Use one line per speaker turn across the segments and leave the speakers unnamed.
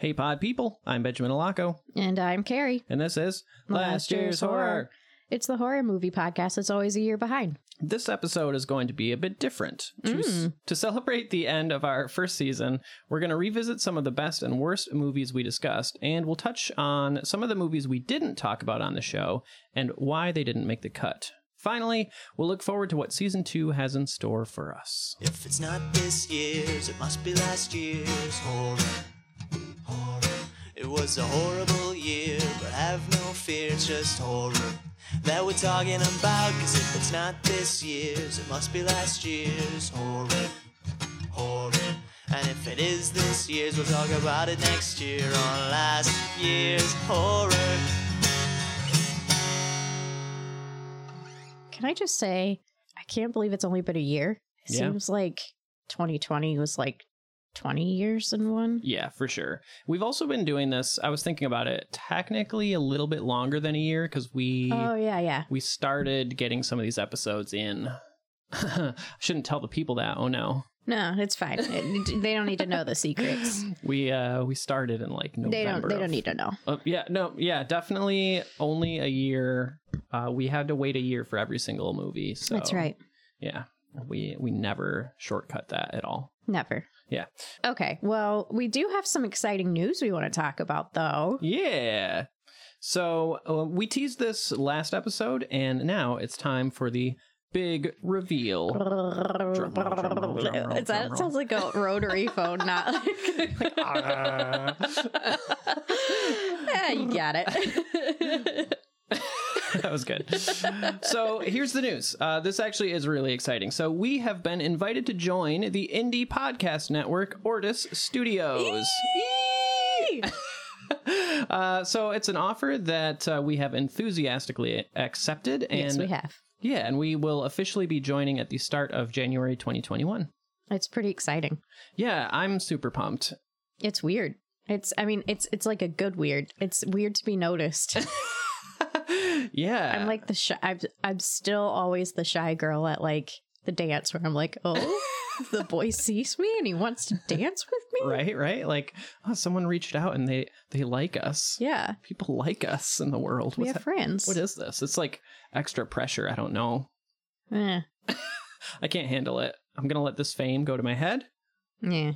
Hey, pod people, I'm Benjamin Alaco,
And I'm Carrie.
and this is
Last Year's Horror. It's the horror movie podcast that's always a year behind.
This episode is going to be a bit different. To,
Mm.
s- to celebrate the end of our first season, we're going to revisit some of the best and worst movies we discussed, and we'll touch on some of the movies we didn't talk about on the show and why they didn't make the cut. Finally, we'll look forward to what season two has in store for us.
If it's not this year's, it must be last year's horror. Horror. It was a horrible year, but have no fear, it's just horror that we're talking about. Cause if it's not this year's, it must be last year's horror. Horror. And if it is this year's, we'll talk about it next year on last year's horror.
Can I just say, I can't believe it's only been a year. It
Yeah.
seems like 2020 was like 20 years in one.
Yeah, for sure. We've also been doing this, I was thinking about it, technically a little bit longer than a year because we.
Oh, yeah, yeah.
we started getting some of these episodes in. I shouldn't tell the people that. Oh no,
No, it's fine. It- they don't need to know the secrets.
we uh we started in like November.
They don't. They
of-
don't need to know.
Uh, yeah, no, yeah, definitely only a year. Uh, we had to wait a year for every single movie. So
That's right.
Yeah, we we never shortcut that at all.
Never.
Yeah.
Okay. Well, we do have some exciting news we want to talk about, though.
Yeah. So uh, we teased this last episode, and now it's time for the big reveal. drum roll, drum roll, drum roll, drum
It's- That
roll.
sounds like a rotary phone, not like.
ah.
yeah, Eh, you got it.
that was good. so here's the news. Uh, this actually is really exciting. So we have been invited to join the indie podcast network, Ortis Studios. Uh, so it's an offer that uh, we have enthusiastically accepted, and
yes, we have.
yeah, and we will officially be joining at the start of January 2021.
It's pretty exciting.
Yeah, I'm super pumped.
It's weird. It's. I mean, it's. It's like a good weird. It's weird to be noticed.
yeah,
I'm like the shy. I'm, I'm still always the shy girl at like the dance where I'm like, oh, the boy sees me and he wants to dance with me.
right, right. Like oh, someone reached out and they they like us.
Yeah,
People like us in the world.
we
What's that-
have friends.
What is this? It's like extra pressure. I don't know.
Eh,
I can't handle it. I'm going to let this fame go to my head.
yeah.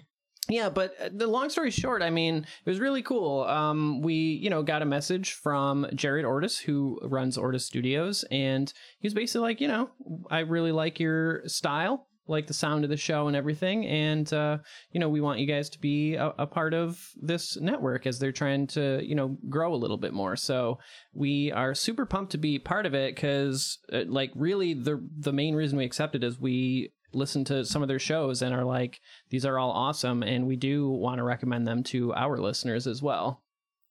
Yeah, but uh, the long story short, I mean, it was really cool. Um, we, you know, got a message from Jared Ortis, who runs Ortis Studios, and he was basically like, you know, I really like your style, like the sound of the show and everything, and uh, you know, we want you guys to be a, a part of this network as they're trying to, you know, grow a little bit more. So we are super pumped to be part of it because, uh, like, really, the the main reason we accepted is we listen to some of their shows and are like these are all awesome and we do want to recommend them to our listeners as well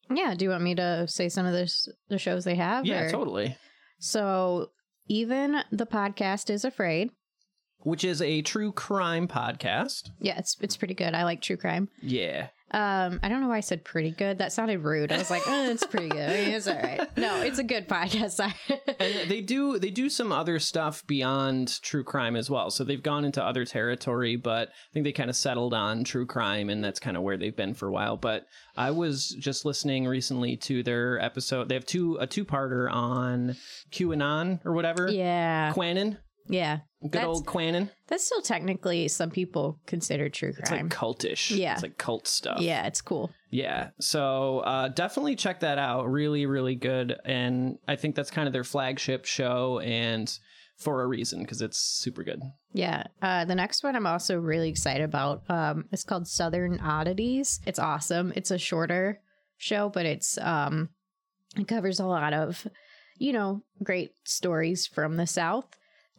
Yeah. Do you want me to say some of the, s- the shows they have?
yeah
or-
totally
So, even the podcast is afraid.
which is a true crime podcast
Yeah, it's it's pretty good. I like true crime.
yeah
Um, I don't know why I said pretty good. That sounded rude. I was like, oh, it's pretty good. I mean, it's all right. No, it's a good podcast.
and they do they do some other stuff beyond true crime as well so they've gone into other territory but i think they kind of settled on true crime and that's kind of where they've been for a while but i was just listening recently to their episode they have two a two-parter on qanon or whatever
yeah,
quanon
yeah.
good
That's-
old quanon
That's still technically some people consider true
it's like
crime.
cultish
Yeah.
it's like cult stuff
yeah, it's cool.
Yeah. So uh, definitely check that out. Really, really good. And I think that's kind of their flagship show and for a reason because it's super good.
Yeah. Uh, the next one I'm also really excited about. Um, it's called Southern Oddities. It's awesome. It's a shorter show, but it's um, it covers a lot of, you know, great stories from the South.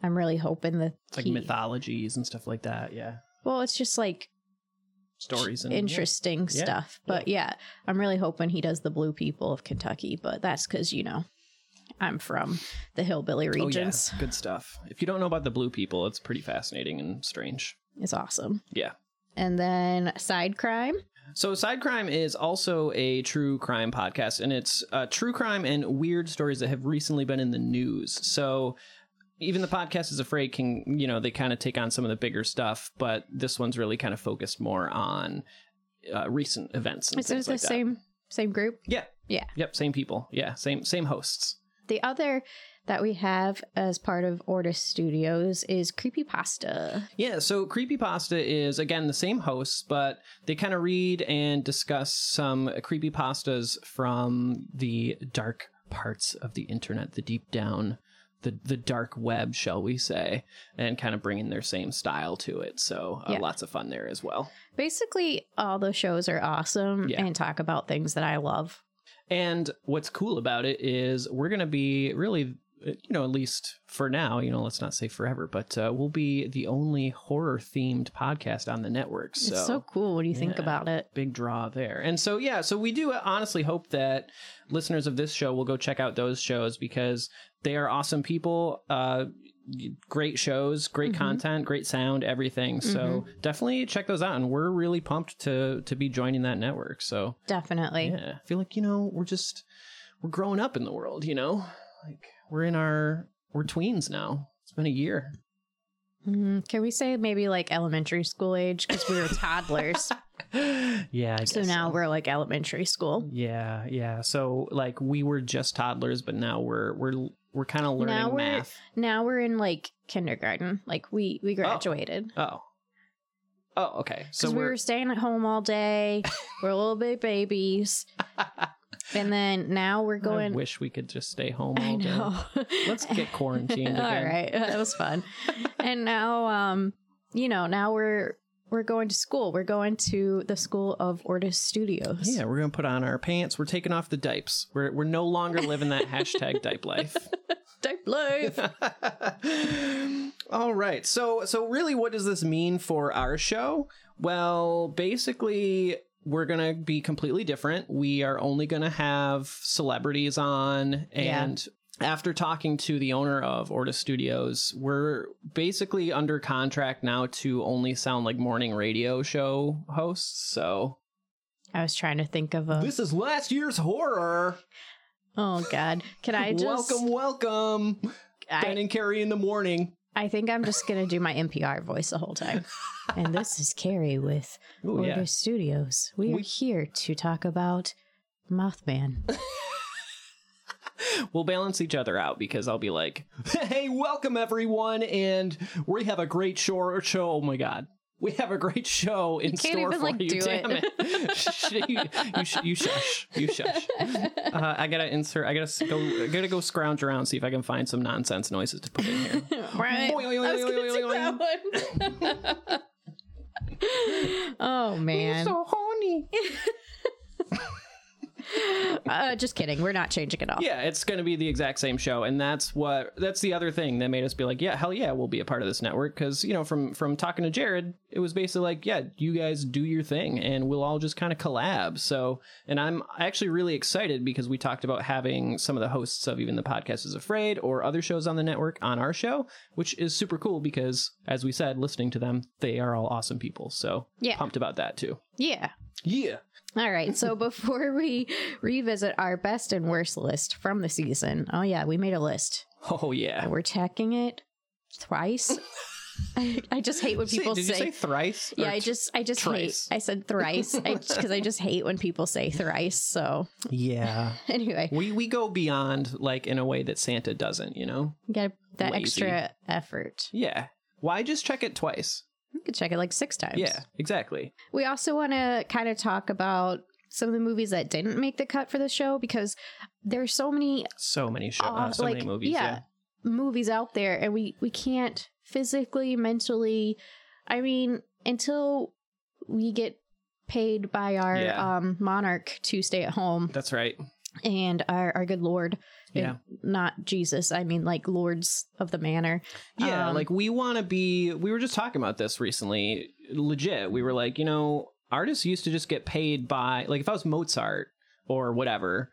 I'm really hoping that
It's like
he-
mythologies and stuff like that. Yeah.
Well, it's just like
Stories and
interesting
Yeah.
stuff. But yeah. I'm really hoping he does the blue people of Kentucky. But that's because you know, I'm from the hillbilly
Oh, yeah.
regions.
Good stuff. If you don't know about the blue people, it's pretty fascinating and strange.
It's awesome.
Yeah.
And then side crime.
So, Side Crime is also a true crime podcast, and it's uh, true crime and weird stories that have recently been in the news. So, even the podcast is afraid can you know they kind of take on some of the bigger stuff, but this one's really kind of focused more on uh, recent events. And
Is it
things
the
like that.
same same group?
Yeah.
Yeah.
Yep. Same people. Yeah. Same same hosts.
The other that we have as part of Ortis Studios is Creepypasta.
Yeah, so Creepypasta is, again, the same hosts, but they kind of read and discuss some creepypastas from the dark parts of the internet, the deep down, the, the dark web, shall we say, and kind of bringing their same style to it. So uh,
Yeah.
lots of fun there as well.
Basically, all the shows are awesome
Yeah.
and talk about things that I love.
And what's cool about it is we're going to be really, uh, you know, at least for now, you know, let's not say forever, but uh, we'll be the only horror themed podcast on the network. So.
it's so cool when you think
yeah.
about it.
big draw there. And so yeah, so we do honestly hope that listeners of this show will go check out those shows because they are awesome people, uh great shows, great
Mhm.
content, great sound, everything. So
Mm-hmm.
definitely check those out and we're really pumped to to be joining that network. So
Definitely.
yeah, I feel like you know, we're just we're growing up in the world, you know? Like we're in our we're tweens now. It's been a year.
Mm, can we say maybe like elementary school age? Because we were toddlers.
yeah, I
so
guess
now we're like elementary school.
Yeah, yeah. So like we were just toddlers, but now we're we're we're kind of learning
Now we're-
math.
Now we're in like kindergarten. Like we we graduated.
Oh, oh, okay. So
Because we
we're
were staying at home all day. we're little bit babies. And then now we're
I
going.
wish we could just stay home
I
all day.
know.
Let's get quarantined again.
All right, that was fun. and now, um, you know, now we're we're going to school. We're going to the school of Ortis Studios.
Yeah, we're gonna put on our pants. We're taking off the dipes. We're we're no longer living that hashtag dipe life.
Type life.
All right. So so really what does this mean for our show? Well, basically we're going to be completely different. We are only going to have celebrities on
Yeah.
and after talking to the owner of Orta Studios, we're basically under contract now to only sound like morning radio show hosts. So
I was trying to think of a.
this is last year's horror.
oh God, can I just?
welcome, welcome. Ben
I,
and Carrie in the morning.
I think I'm just gonna do my NPR voice the whole time. and this is Carrie with
Ooh,
Ortis
Oh, yeah.
Studios. We are
We-
here to talk about Mothman.
we'll balance each other out because I'll be like, "Hey, welcome everyone, and we have a great show. show oh my god, we have a great show in
can't
store
even,
for
like,
you.
do
Damn
it.
it, Sh- you, you, sh- you shush, you shush. Uh, I gotta insert. I gotta s- go. I gotta go scrounge around see if I can find some nonsense noises to put in here.
right.
Boing, boing,
I was gonna
boing,
do
boing,
that one. oh man.
horny.
Uh, just kidding. We're not changing it all.
Yeah, it's going to be the exact same show, and that's what that's the other thing that made us be like, yeah, hell yeah, we'll be a part of this network because you know from from talking to Jared, it was basically like, yeah, you guys do your thing, and we'll all just kind of collab. So, and I'm actually really excited because we talked about having some of the hosts of even the podcast is afraid or other shows on the network on our show, which is super cool because as we said, listening to them, they are all awesome people. So
Yeah.
pumped about that too.
Yeah.
Yeah.
All right. So before we revisit our best and worst list from the season, oh yeah, we made a list.
Oh yeah.
We're checking it twice. I, I just hate when
Did you say-
people
did you say thrice?
yeah,
or
I just, I just
trice?
hate. I said thrice because I just hate when people say thrice. So
Yeah.
anyway,
We we go beyond like in a way that Santa doesn't, you know?
you got that
Lazy.
extra effort.
Yeah. Why just check it twice?
You could check it like six times.
Yeah, exactly.
We also want to kind of talk about some of the movies that didn't make the cut for the show because there's so many
So many shows,
Uh,
so
like,
many movies.
yeah.
Yeah.
movies out there and we we can't physically, mentally, I mean, until we get paid by our
Yeah.
um monarch to stay at home
that's right.
and our our good lord and
Yeah.
not Jesus, I mean like lords of the manor.
Yeah,
Um,
like we want to be we were just talking about this recently. Legit. We were like, you know, artists used to just get paid by like if I was Mozart or whatever,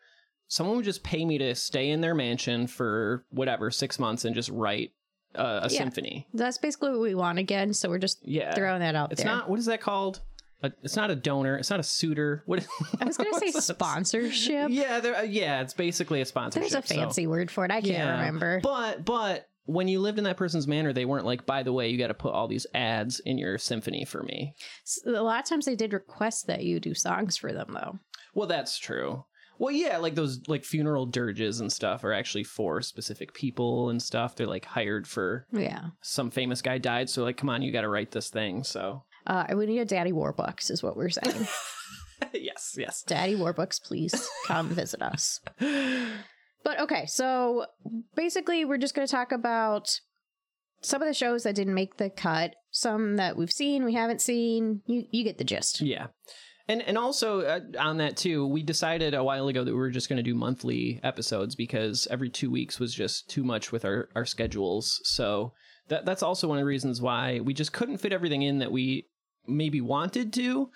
someone would just pay me to stay in their mansion for whatever, 6 months and just write uh, a
Yeah.
symphony.
That's basically what we want again, so we're just
Yeah.
throwing that out
Uh, it's
there.
not what is that called? A, it's not a donor, it's not a suitor. What
I was going to say sponsorship.
Yeah, there. uh, Yeah, it's basically a sponsorship.
There's a
so-
fancy word for it. I can't
Yeah.
remember.
But but when you lived in that person's manor, they weren't like, by the way, you got to put all these ads in your symphony for me.
S- a lot of times they did request that you do songs for them though.
Well, that's true. Well, yeah, like those like funeral dirges and stuff are actually for specific people and stuff. They're like hired for
Yeah.
some famous guy died, so like, come on, you got to write this thing. So
Uh, we need a Daddy Warbucks, is what we're saying.
yes, yes.
Daddy Warbucks, please come visit us. But okay, so basically, we're just going to talk about some of the shows that didn't make the cut, some that we've seen, we haven't seen. You you get the gist.
Yeah. And and also uh, on that too, we decided a while ago that we were just going to do monthly episodes because every 2 weeks was just too much with our our schedules. So that that's also one of the reasons why we just couldn't fit everything in that we maybe wanted to.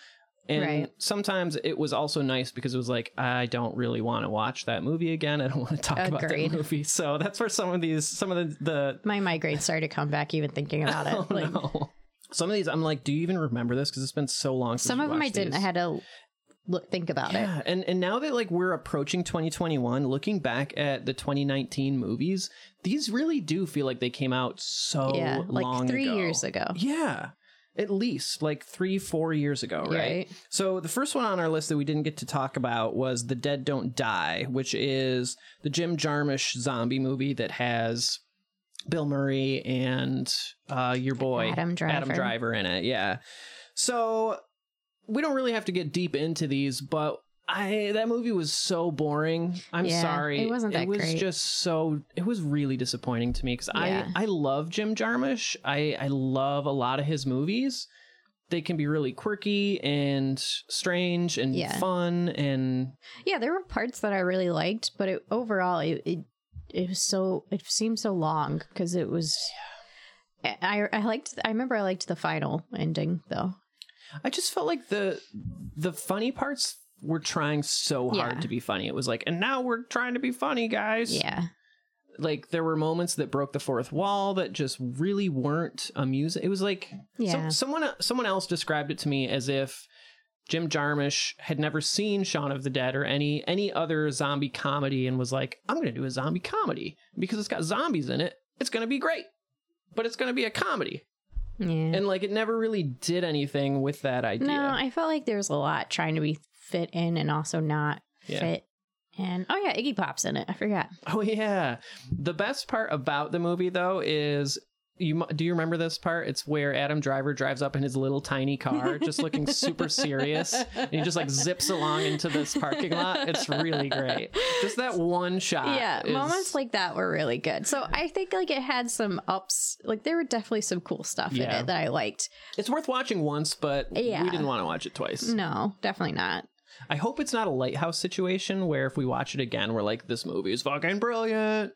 And
Right.
sometimes it was also nice because it was like I don't really want to watch that movie again. I don't want to talk about that
Agreed.
movie. So that's where some of these some of the the
My migraine started to come back even thinking about it.
Oh, no. Some of these I'm like, do you even remember this? Because it's been so long. Since
Some
we
of them I
watched
didn't. I
these.
had to look, think about it.
Yeah, and and now that like we're approaching 2021, looking back at the 2019 movies, these really do feel like they came out so
yeah,
Oh, long
like three
ago.
years ago.
Yeah, at least like three, four years ago, right?
Right.
So the first one on our list that we didn't get to talk about was "The Dead Don't Die," which is the Jim Jarmusch zombie movie that has Bill Murray and uh, your boy
Adam Driver.
Adam Driver in it. Yeah. So we don't really have to get deep into these, but I that movie was so boring. I'm
Yeah,
sorry.
it wasn't that
It was
great.
just so it was really disappointing to me cuz
Yeah.
I I love Jim Jarmusch. I I love a lot of his movies. They can be really quirky and strange and
Yeah.
fun and
Yeah, there were parts that I really liked, but it, overall, it, it it was so it seemed so long because it was. I I liked I remember I liked the final ending though.
I just felt like the the funny parts were trying so hard
Yeah.
to be funny. It was like, and now we're trying to be funny, guys.
Yeah,
Like there were moments that broke the fourth wall that just really weren't amusing. It was like some-
yeah,
someone someone else described it to me as if Jim Jarmusch had never seen Shaun of the Dead or any any other zombie comedy and was like, I'm going to do a zombie comedy because it's got zombies in it. It's going to be great. But it's going to be a comedy.
yeah.
And like it never really did anything with that idea.
No, I felt like there was a lot trying to be fit in and also not
Yeah.
fit. And oh yeah, Iggy Pop's in it. I forgot.
Oh yeah. The best part about the movie though is you mu- do you remember this part? It's where Adam Driver drives up in his little tiny car, just looking super serious, and he just like zips along into this parking lot. It's really great. Just that one shot.
yeah,
is-
moments like that were really good. So I think like it had some ups. Like there were definitely some cool stuff
Yeah.
in it that I liked.
it's worth watching once, but
Yeah. Mm.
we didn't want to watch it twice.
No, definitely not.
I hope it's not a lighthouse situation where if we watch it again, we're like, this movie is fucking brilliant.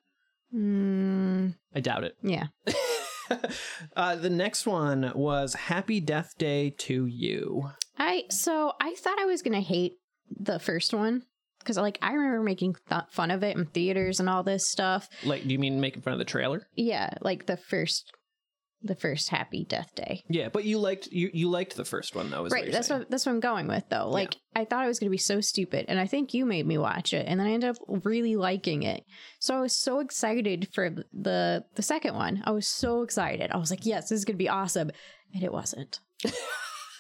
Mm,
I doubt it.
yeah.
uh, the next one was Happy Death Day to You.
I so I thought I was gonna hate the first one because like I remember making th- fun of it in theaters and all this stuff.
Like, do you mean making fun of the trailer?
Yeah, like the first, the first Happy Death Day.
Yeah, but you liked you, you liked the first one though, is
Right.
What
that's what that's what I'm going with though. Like I thought it was gonna be so stupid, and I think you made me watch it, and then I ended up really liking it. So I was so excited for the the second one. I was so excited. I was like, yes, this is gonna be awesome, and it wasn't.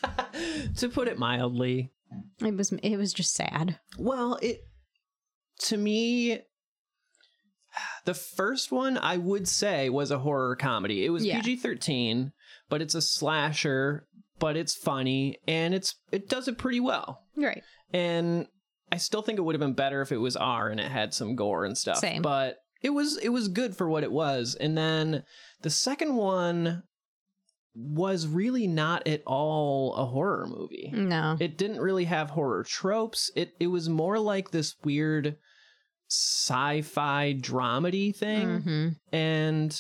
what. to put it mildly,
It was it was just sad.
well, it to me, the first one I would say was a horror comedy. It was
Yeah.
PG thirteen, but it's a slasher, but it's funny and it's it does it pretty well.
Right.
and I still think it would have been better if it was R and it had some gore and stuff.
Same.
But it was it was good for what it was. And then the second one was really not at all a horror movie.
No.
It didn't really have horror tropes. It it was more like this weird sci-fi dramedy thing
Mhm.
and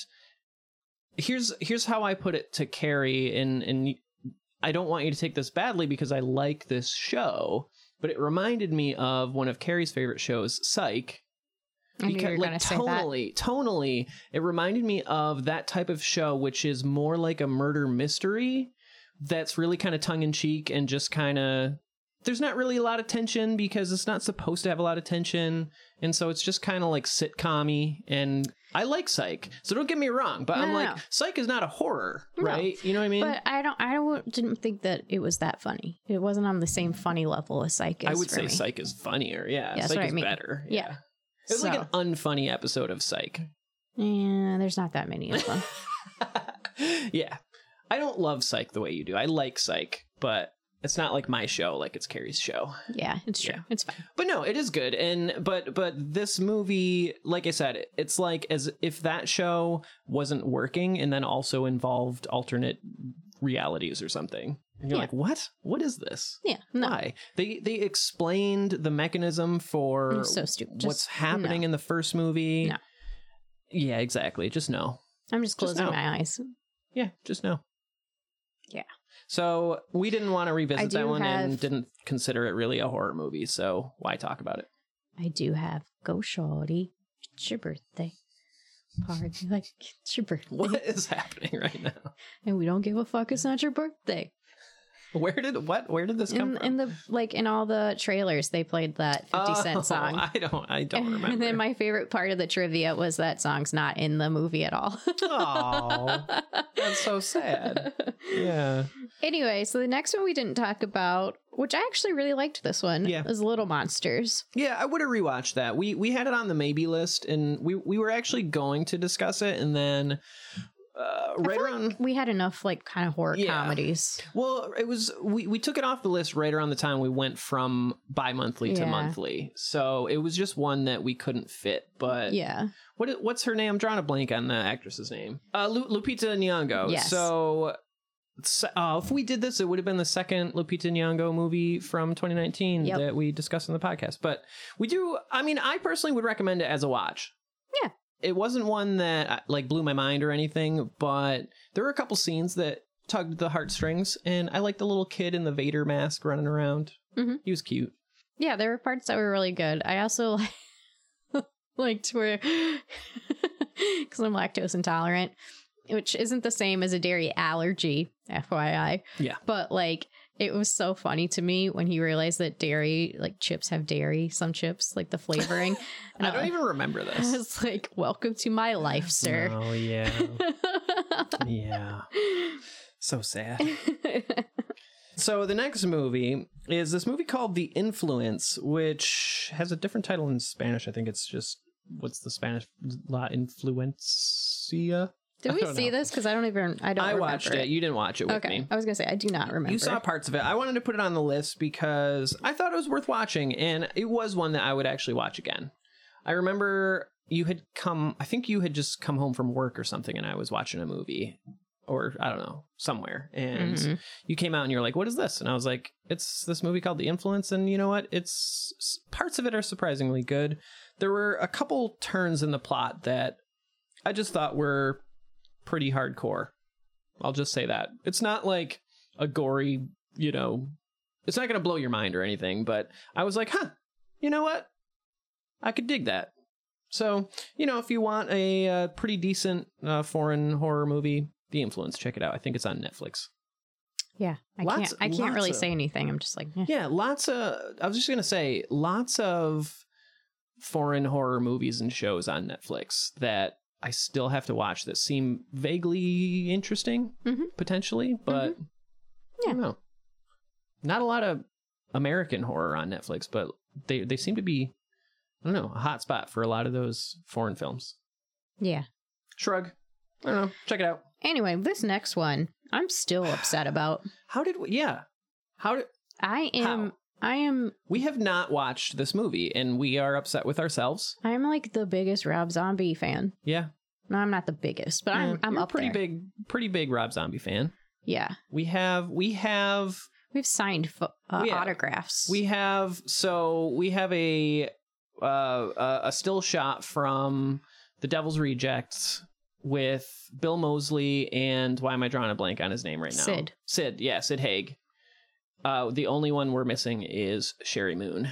here's here's how I put it to Carrie and and I don't want you to take this badly because I like this show, but it reminded me of one of Carrie's favorite shows, Psych.
I knew you were
like
Oh, gonna say that.
tonally, tonally, it reminded me of that type of show which is more like a murder mystery that's really kind of tongue in cheek and just kind of there's not really a lot of tension because it's not supposed to have a lot of tension, and so it's just kind of like sitcommy. And I like Psych, so don't get me wrong, but I'm
No, no,
like
no.
Psych is not a horror,
No.
right? You know what I mean?
But I don't. I don't, didn't think that it was that funny. It wasn't on the same funny level as Psych. Is
I would
for
say
me.
Psych is funnier. Yeah,
Yeah, that's
Psych
what I
is
mean.
better.
Yeah.
It was like
So-
an unfunny episode of Psych.
Yeah, there's not that many of them.
yeah. I don't love Psych the way you do. I like Psych, but it's not like my show, like it's Carrie's show.
yeah, it's true.
Yeah.
It's fine.
But no, it is good. And but but this movie, like I said, it- it's like as if that show wasn't working and then also involved alternate realities or something. And you're
Yeah.
like, "What? What is this?"
Yeah, no,
Why? They they explained the mechanism for
it's so stupid.
what's
Just,
happening in the first movie.
No.
Yeah, exactly. Just no.
I'm just
just
closing
no.
my eyes.
Yeah, just no.
Yeah.
So we didn't want to
I
revisit
do
that one and
have-
didn't consider it really a horror movie. So why talk about it?
I do have go shorty. It's your birthday party. Like it's your birthday,
What is happening right now?
and we don't give a fuck. It's not your birthday.
Where did what? Where did this come
In,
from?
in the like in all the trailers, they played that Fifty Cent
Oh,
song.
I don't. I don't remember.
And then my favorite part of the trivia was that song's not in the movie at all.
Aw, that's so sad. Yeah.
Anyway, so the next one we didn't talk about, which I actually really liked this one,
Yeah.
was Little Monsters.
Yeah, I would have rewatched that. We we had it on the maybe list, and we we were actually going to discuss it, and then uh,
I
right
feel
around.
like we had enough like kind of horror
Yeah.
comedies.
Well, it was we, we took it off the list right around the time we went from bi-monthly to
Yeah.
monthly. So it was just one that we couldn't fit. But
Yeah.
what i- what's her name? I'm drawing a blank on the actress's name. Uh, Lu- Lupita Nyong'o.
Yes.
So. s- Uh, if we did this, it would have been the second Lupita Nyong'o movie from 2019
Yep.
that we discussed in the podcast. But we do. I mean, I personally would recommend it as a watch.
Yeah.
it wasn't one that uh, like blew my mind or anything, but there were a couple scenes that tugged the heartstrings, and I liked the little kid in the Vader mask running around.
Mhm.
He was cute.
Yeah, there were parts that were really good. I also liked where cuz I'm lactose intolerant, which isn't the same as a dairy allergy, FYI.
Yeah.
But like it was so funny to me when he realized that dairy, like chips have dairy, some chips, like the flavoring.
I don't even remember
I
this.
was like, "Welcome to my life, sir."
Oh yeah, yeah. So sad. So the next movie is this movie called The Influence, which has a different title in Spanish. I think it's just what's the Spanish La Influencia? I
Did we
don't
see
know.
this? Because I don't even. I don't.
I
remember
watched it. You didn't watch it with
okay,
me.
I was gonna say I do not remember.
You saw parts of it. I wanted to put it on the list because I thought it was worth watching, and it was one that I would actually watch again. I remember you had come. I think you had just come home from work or something, and I was watching a movie, or I don't know, somewhere, and
Mhm.
you came out and you're like, "What is this?" And I was like, "It's this movie called The Influence." And you know what? It's s- parts of it are surprisingly good. There were a couple turns in the plot that I just thought were pretty hardcore. I'll just say that it's not like a gory, you know, it's not going to blow your mind or anything. But I was like, "Huh, you know what? I could dig that." So you know, if you want a uh, pretty decent uh, foreign horror movie, The Influence, check it out. I think it's on Netflix.
Yeah, I
Lots-
can't. I can't
lots
really
of-
say anything. I'm just like, eh.
Yeah, lots of. I was just gonna say, lots of foreign horror movies and shows on Netflix that I still have to watch that seem vaguely interesting,
Mhm.
potentially, but I don't know. Not a lot of American horror on Netflix, but they they seem to be, I don't know, a hot spot for a lot of those foreign films.
yeah.
Shrug. I don't know. Check it out.
Anyway, this next one, I'm still upset about.
How did we? Yeah. How did
I am.
How?
I am.
we have not watched this movie and we are upset with ourselves?
I'm like the biggest Rob Zombie fan.
Yeah.
No, I'm not the biggest, but
Yeah,
I'm. I'm
Mm, you're a
up
pretty
there.
big, pretty big Rob Zombie fan.
Yeah,
We have, we have,
we've signed pho- uh,
Yeah.
autographs.
we have. So we have a uh, a- a still shot from The Devil's Rejects with Bill Mosley and why am I drawing a blank on his name right now?
Sid.
Sid. Yeah, Sid Haig. Uh, the only one we're missing is Sherry Moon.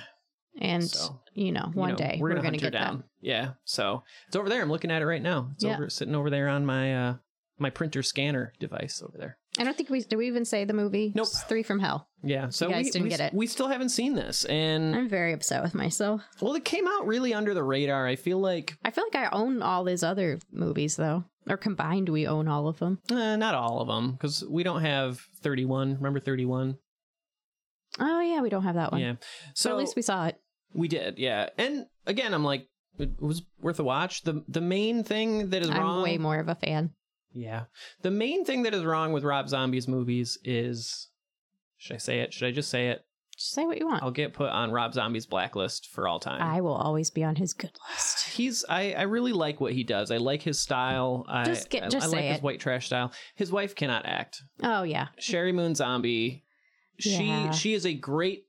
and
so,
you know,
You
one
know,
day we're gonna,
hunt her
get down.
Yeah. So it's over there. I'm looking at it right now. It's
Yeah.
over sitting over there on my uh my printer scanner device over there.
I don't think we did. We even say the movie.
Nope.
It's Three from Hell.
Yeah, so
guys
we,
didn't
we,
get it. Mm.
we still haven't seen this, and
I'm very upset with myself.
well, it came out really under the radar. I feel like
I feel like I own all his other movies though, or combined, we own all of them.
eh, not all of them because we don't have 31. Remember 31?
Oh yeah, we don't have that one.
Yeah. So
So at least we saw it.
We did, yeah. And again, I'm like, it was worth a watch. The the main thing that is wrong.
I'm way more of a fan.
Yeah. The main thing that is wrong with Rob Zombie's movies is should I say it? Should I just say it?
Just say what you want.
I'll get put on Rob Zombie's blacklist for all time.
I will always be on his good list.
He's I, I really like what he does. I like his style.
Just
I,
get-
I-
just
I like
say
his
it.
white trash style. His wife cannot act.
Oh yeah,
Sherry Moon Zombie.
Yeah.
She she is a great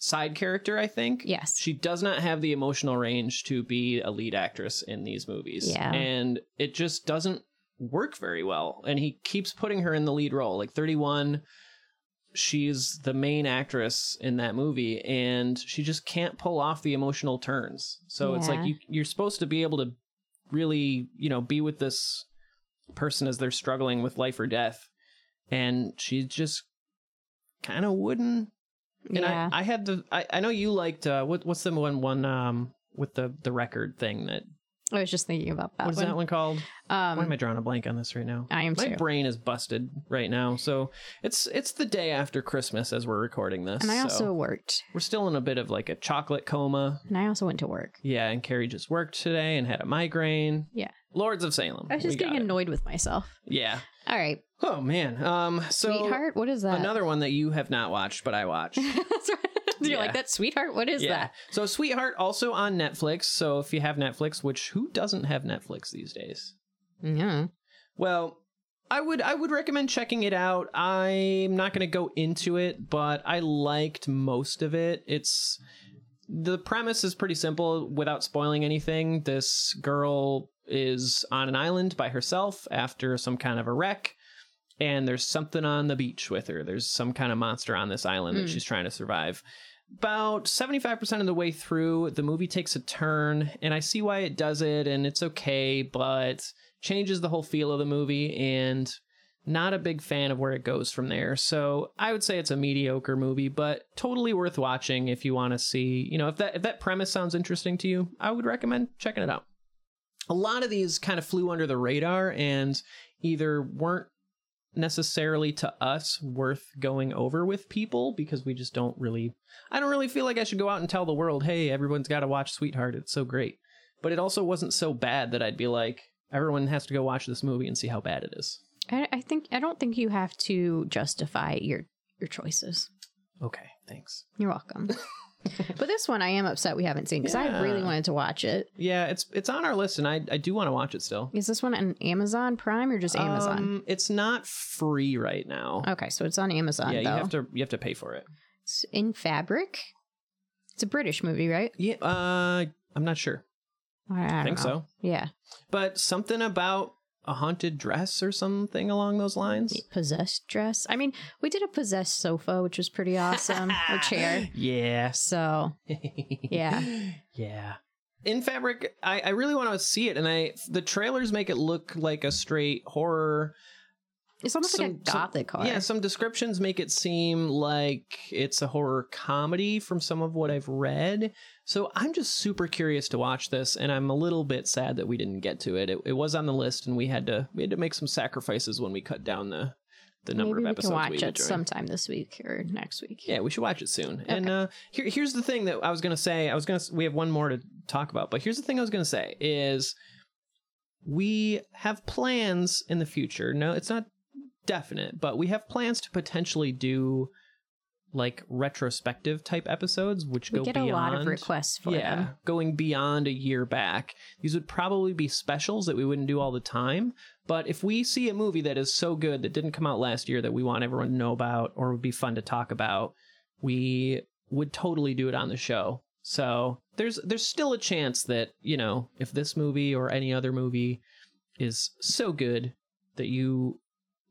side character, I think.
yes.
She does not have the emotional range to be a lead actress in these movies.
Yeah.
And it just doesn't work very well. And he keeps putting her in the lead role. Like 31, she's the main actress in that movie, and she just can't pull off the emotional turns. So it's
Yeah.
like you, you're supposed to be able to really, you know, be with this person as they're struggling with life or death. And she just kind of wouldn't and
yeah.
I, I had the I, I know you liked uh what what's the one one um with the the record thing that
I, was just thinking about that
what is
one.
that one called? Why am
Um,
I drawing a blank on this right now?
I am
My
too.
brain is busted right now. So it's it's the day after Christmas as we're recording this.
And I
so
also worked.
we're still in a bit of like a chocolate coma.
And I also went to work.
Yeah, and Carrie just worked today and had a migraine.
Yeah.
Lords of Salem.
I was just
we got
getting
it.
annoyed with myself.
Yeah.
All right,
Oh man. Um so
sweetheart, what is that?
another one that you have not watched but I watched.
That's right. You're
Yeah.
like that, sweetheart. What is that?
So Sweetheart also on Netflix. So if you have Netflix, which who doesn't have Netflix these days?
Yeah.
Well, I would I would recommend checking it out. I'm not going to go into it, but I liked most of it. It's the premise is pretty simple without spoiling anything. This girl is on an island by herself after some kind of a wreck and there's something on the beach with her. There's some kind of monster on this island that
Hmm.
she's trying to survive. About 75% of the way through, the movie takes a turn, and I see why it does it, and it's okay, but changes the whole feel of the movie, and not a big fan of where it goes from there. So I would say it's a mediocre movie, but totally worth watching if you want to see, you know, if that if that premise sounds interesting to you, I would recommend checking it out. A lot of these kind of flew under the radar and either weren't necessarily to us worth going over with people because we just don't really I don't really feel like I should go out and tell the world, "Hey, everyone's got to watch Sweetheart. It's so great." But it also wasn't so bad that I'd be like, everyone has to go watch this movie and see how bad it is.
I, I think I don't think you have to justify your your choices.
Okay, thanks.
You're welcome. but this one, I am upset we haven't seen because I really
Yeah.
wanted to watch it.
Yeah, it's it's on our list, and I I do want to watch it still.
Is this one on Amazon Prime or just Amazon?
Um, it's not free right now.
okay, so it's on Amazon
yeah, you
though.
have to you have to pay for it.
It's in Fabric. It's a British movie, right?
Yeah, uh, I'm not sure.
I, I
I
don't
think
know.
so,
Yeah,
but something about a haunted dress or something along those lines.
possessed dress. I mean, we did a possessed sofa, which was pretty awesome, or chair.
Yeah.
So Yeah.
yeah. In Fabric, I, I really want to see it, and I the trailers make it look like a straight horror.
it's almost like a
Some- some-
gothic horror.
Yeah, some descriptions make it seem like it's a horror comedy from some of what I've read. So I'm just super curious to watch this, and I'm a little bit sad that we didn't get to it. It, it was on the list, and we had to we had to make some sacrifices when we cut down the the number
Maybe
of
we
episodes
can watch
we
it
were doing.
sometime this week or next week.
Yeah, we should watch it soon. And uh, here, here's the thing that I was gonna say. I was gonna. s- We have one more to talk about, but here's the thing I was gonna say is we have plans in the future. No, it's not definite, but we have plans to potentially do like retrospective type episodes, which
we
go
get
beyond
a lot of requests for
yeah,
them.
going beyond a year back. These would probably be specials that we wouldn't do all the time. But if we see a movie that is so good that didn't come out last year that we want everyone to know about or would be fun to talk about, we would totally do it on the show. So there's there's still a chance that, you know, if this movie or any other movie is so good that you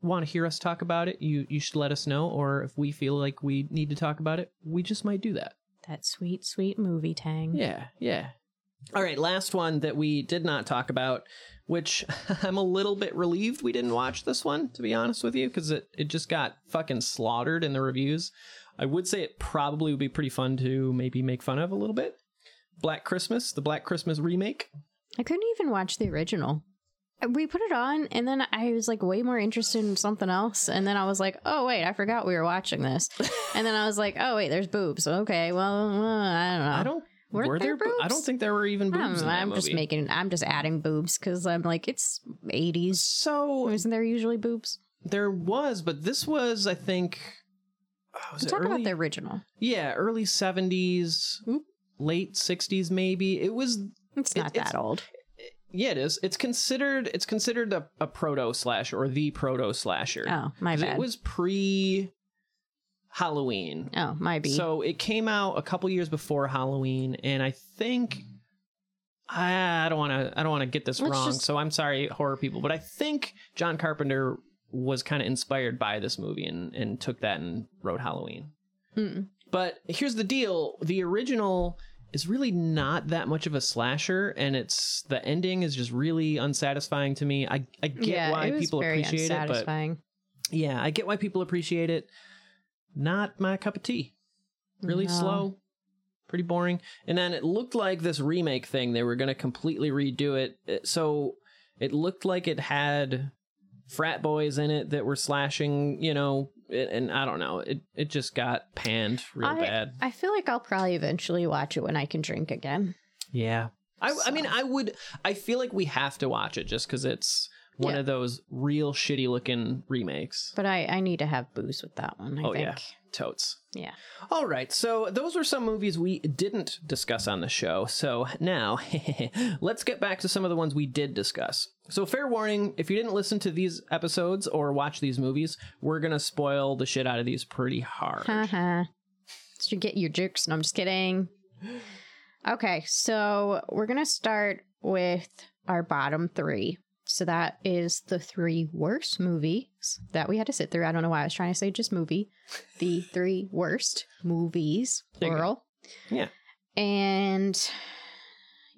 want to hear us talk about it, you you should let us know or if we feel like we need to talk about it, we just might do that.
That sweet, sweet movie tang.
Yeah, yeah. Mm-hmm. All right, last one that we did not talk about, which I'm a little bit relieved we didn't watch this one, to be honest with you, because it, it just got fucking slaughtered in the reviews. I would say it probably would be pretty fun to maybe make fun of a little bit. Black Christmas, the Black Christmas remake.
I couldn't even watch the original. Uh, We put it on, and then I was like way more interested in something else. And then I was like, oh, wait, I forgot we were watching this. and then I was like, oh, wait, there's boobs. Okay, well, uh, I don't know.
I don't.
Weren't
were there?
there
bo- I
boobs?
don't think there were even
I don't
boobs.
know,
in that
I'm just
movie.
making, I'm just adding boobs because I'm like, it's 80s.
So
Isn't there usually boobs?
there was, but this was, I think. oh, was
Let's
it
talk
early-
about the original.
Yeah, early 70s,
Oop.
late 60s maybe. It was
It's
It-
not
it's-
that old.
yeah, it is. It's considered it's considered a, a proto slasher or the proto slasher.
Oh, my
'Cause
bad.
It was pre Halloween.
oh, my B.
So it came out a couple years before Halloween and I think I don't want to I don't want to get this
Let's
wrong.
just-
So I'm sorry horror people, but I think John Carpenter was kind of inspired by this movie and and took that and wrote Halloween.
Mm.
But here's the deal: the original is really not that much of a slasher, and it's the ending is just really unsatisfying to me. I I get
yeah,
why
it was
people
very
appreciate it, but
unsatisfying.
yeah, I get why people appreciate it. Not my cup of tea. Really
No.
slow, pretty boring. And then it looked like this remake thing they were going to completely redo it. it. So it looked like it had frat boys in it that were slashing, you know, it, and I don't know. It it just got panned real
I-
bad.
I feel like I'll probably eventually watch it when I can drink again.
Yeah. I, I mean,
So-
I would. I feel like we have to watch it just because it's one
Yeah.
of those real shitty looking remakes.
But I, I need to have booze with that one, I
Oh,
think.
yeah. Totes.
Yeah.
All right. So those were some movies we didn't discuss on the show. So now let's get back to some of the ones we did discuss. So fair warning, if you didn't listen to these episodes or watch these movies, we're gonna spoil the shit out of these pretty hard.
Haha. Did you get your jerks? No, I'm just kidding. Okay, so we're gonna start with our bottom three. So that is the three worst movies that we had to sit through. I don't know why I was trying to say just movie. The three worst movies,
There you go.
plural.
Yeah.
And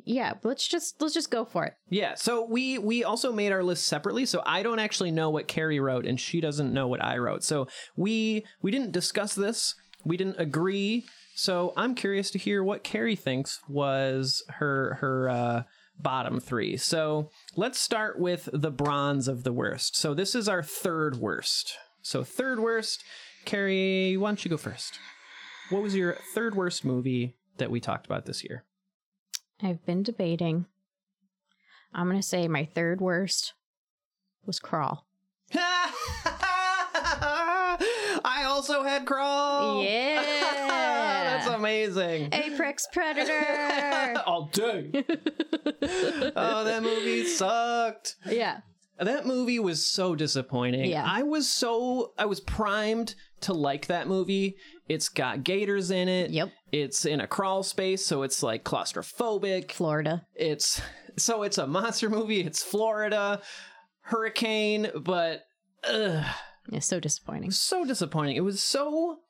yeah, let's just let's just go for it.
Yeah, so we we also made our list separately, so I don't actually know what Carrie wrote and she doesn't know what I wrote. So we we didn't discuss this. We didn't agree. So I'm curious to hear what Carrie thinks was her her uh bottom 3. So let's start with the bronze of the worst. So this is our third worst. So third worst, Carrie, why don't you go first? What was your third worst movie that we talked about this year?
I've been debating. I'm gonna say my third worst was Crawl.
I also had crawl.
Yeah.
Oh. that's amazing.
Apex Predator.
All day. oh, that movie sucked.
yeah.
That movie was so disappointing.
Yeah.
I was so I was primed to like that movie. It's got gators in it.
Yep.
It's in a crawl space, so it's like claustrophobic.
Florida.
It's so it's a monster movie. It's Florida hurricane, but ugh.
It's so disappointing.
so disappointing. It was so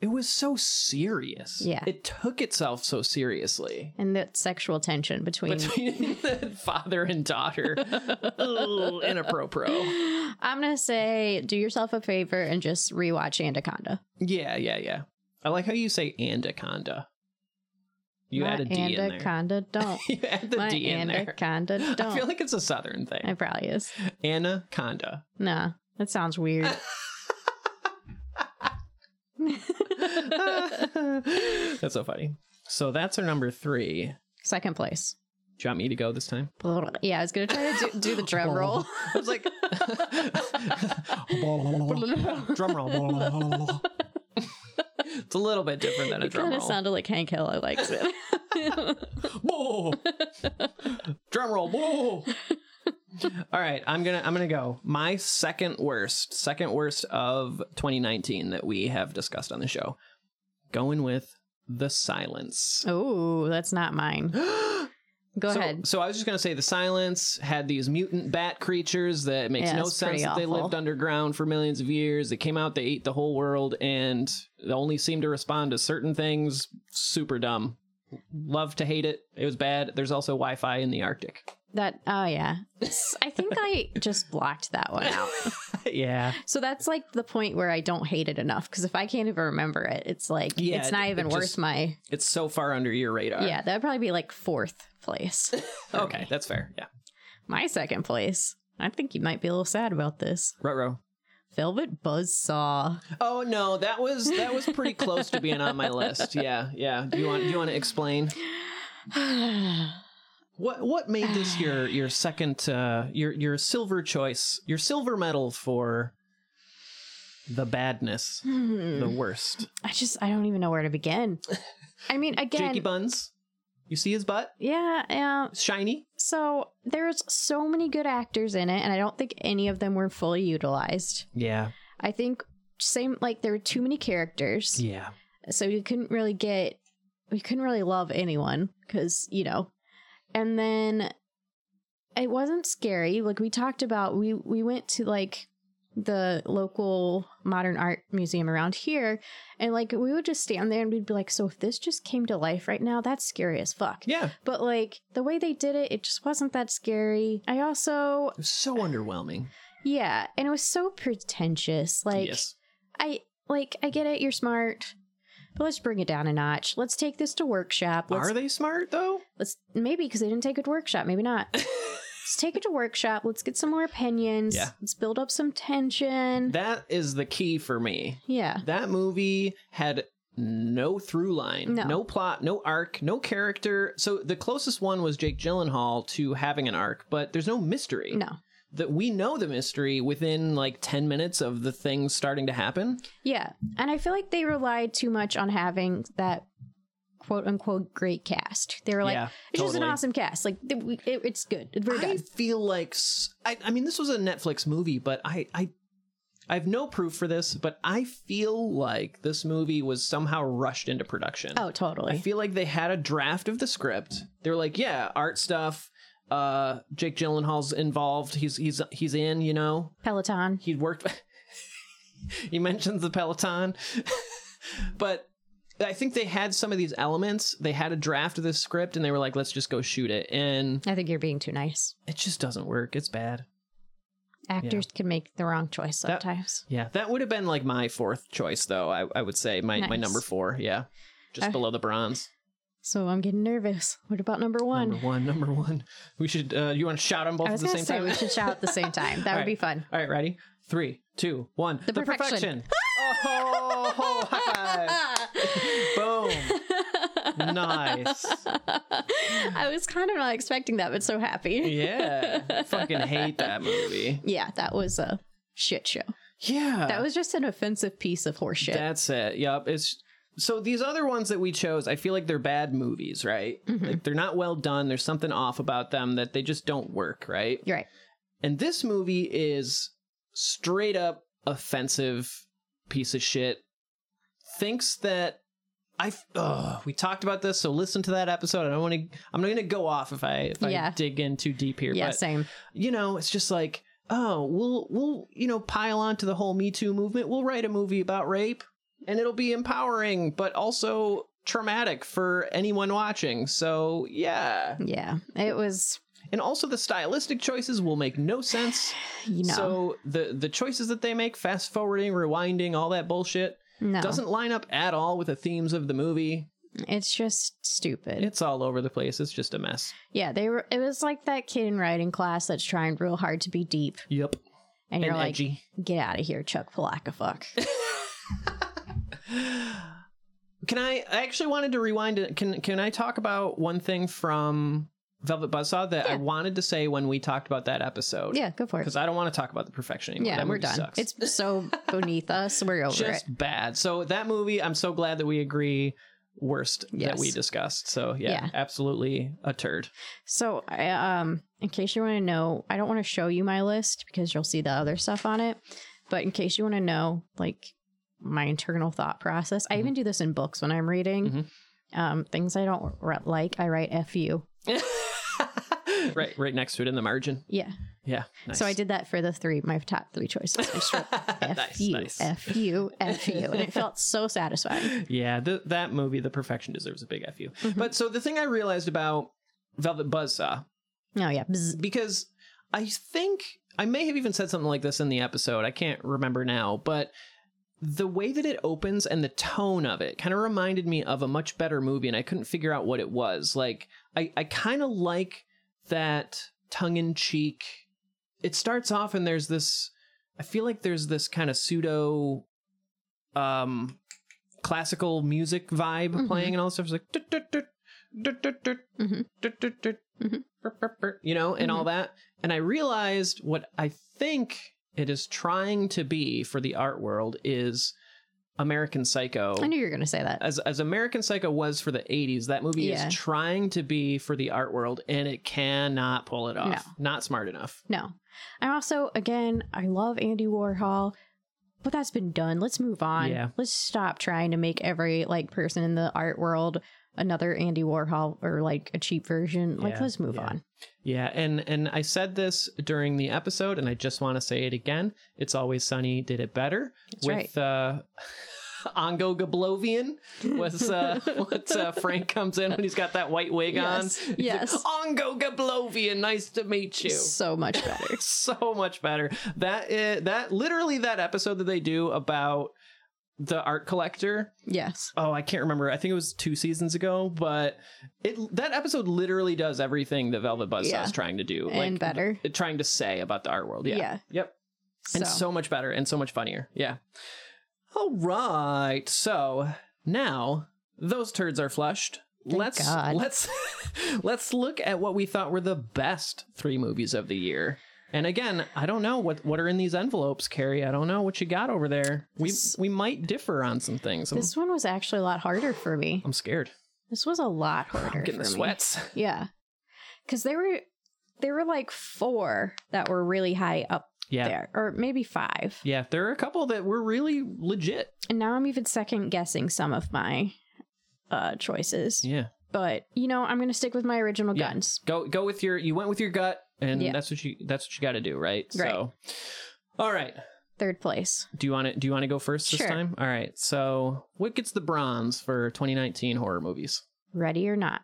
it was so serious.
Yeah.
It took itself so seriously.
And that sexual tension between.
Between the father and daughter. Ugh, Inappropriate.
I'm going to say do yourself a favor and just rewatch Anaconda.
Yeah, yeah, yeah. I like how you say anaconda. You
My
add a D in there.
Anaconda don't.
You add the
My
D in there.
Anaconda don't.
I feel like it's a southern thing.
it probably is.
Anaconda.
Nah, that sounds weird.
that's so funny. So that's our number three.
Second place.
Do you want me to go this time?
Yeah, I was going to try to do, do the drum roll.
I was like, drum roll. it's a little bit different than a
It
drum
kind
roll.
of sounded like Hank Hill. I likes it.
Boo! drum roll. Boo! All right, I'm gonna I'm gonna go. My second worst, second worst of 2019 that we have discussed on the show. Going with the silence.
oh, that's not mine. Go
so,
ahead.
So I was just gonna say the silence had these mutant bat creatures that it makes
Yeah,
no
it's
sense
pretty
that they
awful.
lived underground for millions of years. They came out, they ate the whole world, and they only seemed to respond to certain things. Super dumb. Love to hate it. It was bad. There's also Wi-Fi in the Arctic.
That oh yeah. S- I think I just blocked that one out.
yeah.
So that's like the point where I don't hate it enough because if I can't even remember it, it's like
Yeah,
it's not
it-
even
it
worth
just-
my
It's so far under your radar.
Yeah, that'd probably be like fourth place. for
Okay,
me.
that's fair. Yeah.
My second place. I think you might be a little sad about this.
Ruh-roh.
Velvet Buzzsaw.
Oh no, that was that was pretty close to being on my list. Yeah, yeah. Do you want do you want to explain what what made this your your second uh your your silver choice, your silver medal for the badness, the
Hmm.
worst.
I just I don't even know where to begin. I mean,
Jakey
again,
Buns. You see his butt?
yeah, um,
Shiny?
So there's so many good actors in it, and I don't think any of them were fully utilized.
Yeah.
I think same like there were too many characters,
Yeah.
so you couldn't really get we couldn't really love anyone because you know, and then it wasn't scary. Like we talked about, we we went to like the local modern art museum around here and like we would just stand there and we'd be like so if this just came to life right now that's scary as fuck
Yeah. It
but like the way they did it, it just wasn't that scary. I also,
was so underwhelming.
yeah, and it was so pretentious. Like
yes.
I like I get it, you're smart. But let's bring it down a notch. Let's take this to workshop. Let's,
Are they smart though?
let's maybe because they didn't take it to workshop, maybe not. let's take it to workshop. Let's get some more opinions.
Yeah.
Let's build up some tension.
That is the key for me.
yeah.
That movie had no through line,
No.
plot, no arc, no character. So the closest one was Jake Gyllenhaal to having an arc, but there's no mystery.
No.
That we know the mystery within like 10 minutes of the things starting to happen.
Yeah. And I feel like they relied too much on having that quote unquote great cast. They were like,
Yeah,
it's just an
totally.
awesome cast. Like, th- we- it, it's good. We're
I
done.
feel like s- I, I mean this was a Netflix movie, but I I I have no proof for this, but I feel like this movie was somehow rushed into production.
Oh, totally.
I feel like they had a draft of the script. They were like, "Yeah, art stuff. Uh, Jake Gyllenhaal's involved. He's he's he's in. You know,
Peloton.
he worked. he mentions the Peloton, but." I think they had some of these elements. They had a draft of this script and they were like, let's just go shoot it. And
I think you're being too nice.
it just doesn't work. It's bad.
Actors can make the wrong choice
That-
sometimes.
Yeah. That would have been like my fourth choice, though, I, I would say. My, my
Nice.
number four. Yeah. Just
Uh,
below the bronze.
so I'm getting nervous. What about number one?
Number one. Number one. We should, uh, you want to shout them both
I
at
was
the
going
same
to say
time?
we should shout at the same time. That would
Alright.
be fun.
All right, ready? Three, two, one.
The perfection.
oh, high five. Boom. Nice.
I was kind of not expecting that, but so happy.
Yeah. Fucking hate that movie.
Yeah, that was a shit show.
Yeah.
That was just an offensive piece of horseshit.
That's it. Yep. It's so these other ones that we chose, I feel like they're bad movies, right?
Mm-hmm.
Like they're not well done. There's something off about them that they just don't work, right?
You're right.
And this movie is straight up offensive piece of shit. Thinks that I ugh, we talked about this, so listen to that episode. I don't want to. I'm not going to go off if I if I
Yeah.
dig in too deep here.
yeah,
but
same.
you know, it's just like, oh, we'll we'll you know pile on to the whole Me Too movement. We'll write a movie about rape, and it'll be empowering, but also traumatic for anyone watching. So yeah,
Yeah, it was.
and also the stylistic choices will make no sense.
You know,
So the the choices that they make, fast forwarding, rewinding, all that bullshit,
no,
doesn't line up at all with the themes of the movie.
it's just stupid.
It's all over the place. It's just a mess.
Yeah, they were. It was like that kid in writing class that's trying real hard to be deep,
Yep,
and you're
and
like,
edgy.
"Get out of here, Chuck Palaka, fuck."
Can I? I actually wanted to rewind. it. Can Can I talk about one thing from Velvet Buzzsaw that I
Yeah.
wanted to say when we talked about that episode?
yeah, go for it.
because I don't want to talk about the perfection anymore.
Yeah,
That
we're
movie
done.
sucks.
It's so beneath us. We're over
just
it.
bad. So that movie, I'm so glad that we agree. Worst that
Yes.
we discussed. So yeah,
Yeah.
absolutely a turd.
So, I, um, in case you want to know, I don't want to show you my list because you'll see the other stuff on it. But in case you want to know, like my internal thought process,
Mm-hmm.
I even do this in books when I'm reading.
Mhm.
Um, things I don't re- like, I write "fu."
right, right next to it in the margin.
Yeah,
Yeah. Nice.
So I did that for the three, my top three choices. I just wrote F
Nice,
you,
nice.
F you, F you. And it felt so satisfying.
Yeah, th- that movie, The Perfection, deserves a big F you. But so the thing I realized about Velvet Buzzsaw,
Oh, yeah. Bzz.
because I think I may have even said something like this in the episode. I can't remember now, but the way that it opens and the tone of it kind of reminded me of a much better movie, and I couldn't figure out what it was. Like, I, I kind of like that tongue in cheek. It starts off, and there's this. I feel like there's this kind of pseudo um classical music vibe
Mhm.
playing and all this stuff. It's like "Dut, dut, dut, dut, dut, dut,
Mhm.
dut, dut, dut,
Mhm.
burp, burp, burp," you know, and all
Mm-hmm.
that. And I realized what I think it is trying to be for the art world is American Psycho.
I knew you were going to say that.
As as American Psycho was for the 80s, that movie
Yeah.
is trying to be for the art world and it cannot pull it off. Not smart enough.
No. I'm also, again, I love Andy Warhol, but that's been done. Let's move on.
Yeah.
Let's stop trying to make every like person in the art world another Andy Warhol or like a cheap version. Like,
Yeah,
let's move
yeah.
on.
Yeah, and and I said this during the episode, and I just want to say it again. It's always sunny did it better
That's
with uh, Ongo Gablovian. Was uh, what uh, Frank comes in when he's got that white wig
Yes,
on? He's
yes.
like, Ongo Gablovian, nice to meet you.
So much better.
so much better. That i- that literally that episode that they do about the art collector
yes.
oh i can't remember i think it was two seasons ago but it that episode literally does everything that velvet buzzsaw
Yeah.
is trying to do
And better.
th- trying to say about the art world yeah,
Yeah.
yep
So,
and so. much better and so much funnier yeah all right so now those turds are flushed
Thank
let's
God.
let's let's look at what we thought were the best three movies of the year and again, I don't know what what are in these envelopes, Carrie. I don't know what you got over there. We
This-
we might differ on some things. I'm-
this one was actually a lot harder for me.
I'm scared.
This was a lot harder.
I'm getting
for
the
me.
sweats.
Yeah. Cause there were there were like four that were really high up
Yeah.
there. Or maybe five.
Yeah. There are a couple that were really legit.
And now I'm even second guessing some of my uh choices.
Yeah.
But you know, I'm gonna stick with my original
Yeah.
guns.
Go go with your you went with your gut and
Yeah.
that's what you that's what you gotta do, right?
Right.
So all right.
Third place.
Do you wanna do you wanna go first this
Sure.
time? All right. So what gets the bronze for twenty nineteen horror movies?
Ready or not.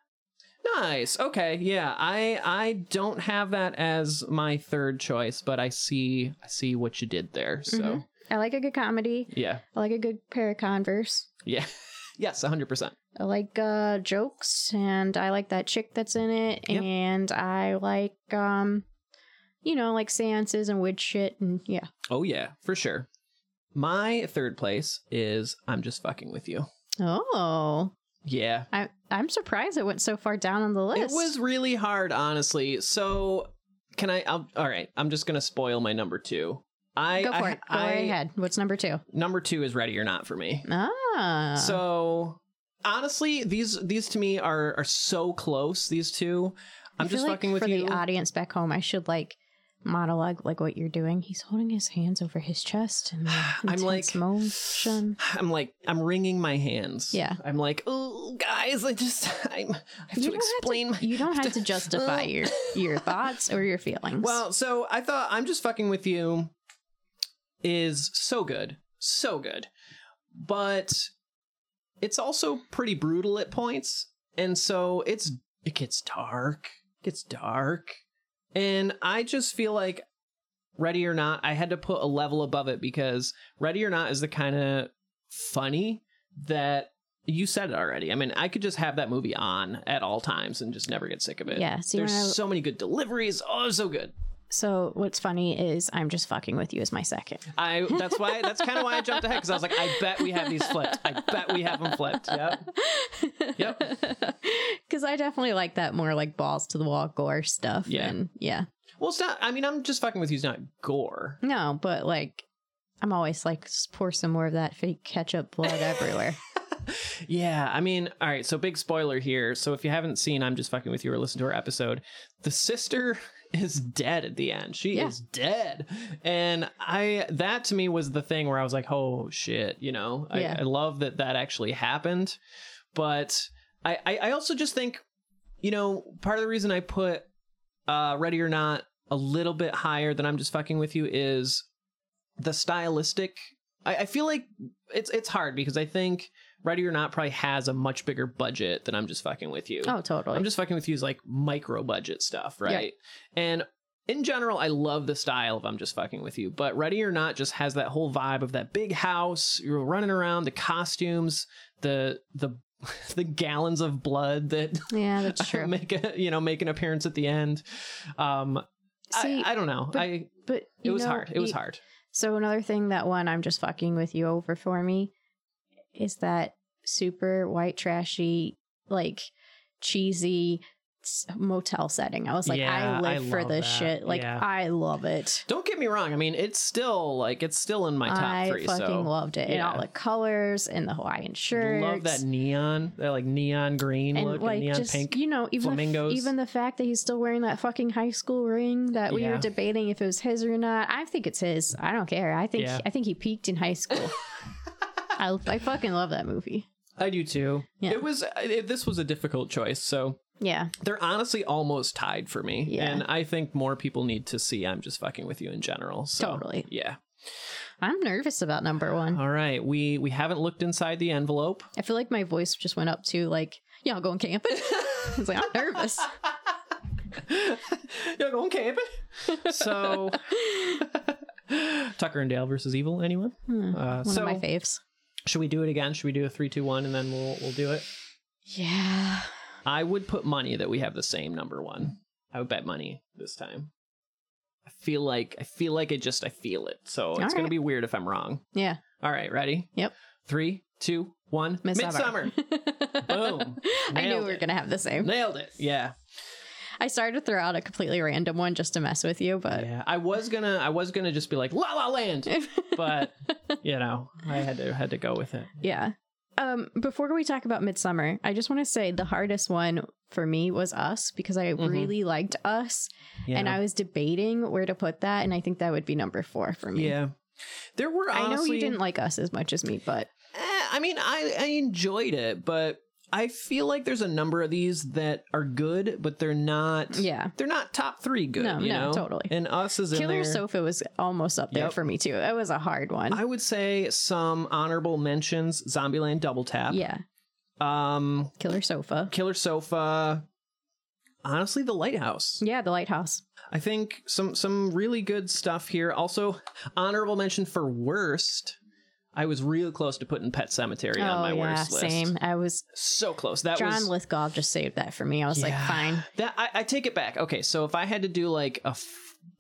Nice. Okay. Yeah. I I don't have that as my third choice, but I see I see what you did there. So
Mhm. I like a good comedy.
yeah.
I like a good pair of converse.
Yeah. yes, hundred percent.
I like uh jokes and I like that chick that's in it
Yep.
and I like um you know, like seances and witch shit and yeah.
Oh yeah, for sure. My third place is I'm just fucking with you.
Oh.
Yeah.
I I'm surprised it went so far down on the list.
It was really hard, honestly. So can I I'll, all right, I'm just gonna spoil my number two. I
Go for
I,
it. Go
I-
right ahead. What's number two?
number two is ready or not for me.
Ah.
So honestly, these these to me are are so close, these two.
I
I'm
feel
just
like
fucking with
for
you.
the audience back home. I should like monologue like what you're doing. He's holding his hands over his chest and
I'm like
motion.
I'm like I'm wringing my hands.
Yeah.
I'm like, oh guys, I just I'm, I have
You
to
don't have to-
explain my
You don't have to justify your your thoughts or your feelings.
Well, so I thought I'm just fucking with you is so good. So good. But it's also pretty brutal at points. And so it's it gets dark. Gets dark. And I just feel like Ready or Not, I had to put a level above it because Ready or Not is the kind of funny that you said it already. I mean, I could just have that movie on at all times and just never get sick of it.
yeah. So, you
There's
wanna-
so many good deliveries. Oh, so good.
so what's funny is I'm just fucking with you as my second.
I that's why that's kind of why I jumped ahead because I was like, I bet we have these flipped. I bet we have them flipped. Yep. Yep.
Because I definitely like that more like balls to the wall gore stuff.
Yeah.
And yeah.
Well, it's not. I mean, I'm just fucking with you. It's not gore.
No, but like, I'm always like, "S- pour some more of that fake ketchup blood everywhere.
Yeah. I mean, all right. So big spoiler here. So if you haven't seen, I'm just fucking with you or listen to our episode. The sister is dead at the end. She
Yeah.
is dead. And I that to me was the thing where I was like, oh shit. You know, I,
Yeah.
I love that that actually happened. But I, I I also just think you know, part of the reason I put uh Ready or Not a little bit higher than I'm just fucking with you is the stylistic. I, I feel like it's it's hard because I think Ready or Not probably has a much bigger budget than I'm just fucking with you.
Oh, totally.
I'm just fucking with you is like micro budget stuff, right? And in general, I love the style of I'm just fucking with you, but Ready or Not just has that whole vibe of that big house, you're running around, the costumes, the the the gallons of blood that
yeah, that's true.
make a you know make an appearance at the end. Um,
See,
I, I don't know.
but
I
but
it
you
was
know,
hard. It was
you-
hard.
So another thing that won I'm just fucking with you over for me is that super white trashy like cheesy s- motel setting. I was like
Yeah,
I live
I
for
love
this
that.
shit. Like
Yeah.
I love it.
Don't get me wrong. I mean, it's still like it's still in my top
I
three.
fucking
so
loved it. And
yeah.
all the colors and the Hawaiian shirts.
love that neon, that like neon green
and
look,
like
and neon
just
pink.
you know even the, f-
flamingos.
even the fact that he's still wearing that fucking high school ring that we were
Yeah.
debating if it was his or not i think it's his i don't care i think
Yeah.
i think he peaked in high school I, I fucking love that movie
I do too.
Yeah.
It was it, this was a difficult choice. So
yeah
they're honestly almost tied for me,
Yeah.
and I think more people need to see. I'm just fucking with you in general. So
Totally.
Yeah.
i'm nervous about number one
All right. We we haven't looked inside the envelope.
i feel like my voice just went up to like y'all going camping it's like i'm nervous
You're going camping. So Tucker and Dale versus Evil. Anyone?
Hmm,
Uh,
one
so
of my faves
should we do it again? Should we do a three, two, one, and then we'll we'll do it?
yeah
I would put money that we have the same number one. I would bet money this time. I feel like I feel like it just I feel it. So it's gonna
right.
be weird if I'm wrong.
yeah
All right, ready?
Yep.
Three, two, one.
midsummer,
Boom.
i knew
Nailed
we were
it.
gonna have the same
Nailed it. Yeah.
I started to throw out a completely random one just to mess with you, but
Yeah. I was gonna I was gonna just be like La La Land, but you know I had to had to go with it.
yeah. Um, before we talk about Midsummer, I just want to say the hardest one for me was Us because I
Mhm.
really liked Us,
Yeah.
and I was debating where to put that, and I think that would be number four for me.
yeah. There were
I know
honestly-
you didn't like Us as much as me, but
Eh, I mean, I, I enjoyed it, but I feel like there's a number of these that are good, but they're not.
yeah,
They're not top three good.
No,
you
no,
know?
totally.
And us is in there.
Killer Sofa was almost up there
Yep.
for me too. It was a hard one.
I would say some honorable mentions: Zombieland, Double Tap,
yeah,
um,
Killer Sofa.
Killer Sofa. Honestly, The Lighthouse.
Yeah, The Lighthouse.
I think some some really good stuff here. Also, honorable mention for worst. I was real close to putting Pet Cemetery on
oh
my
yeah,
worst list.
same. I was
So close. That
John
was
Lithgow just saved that for me. I was like,
Yeah.
fine.
That I, I take it back. Okay, so if I had to do like a f-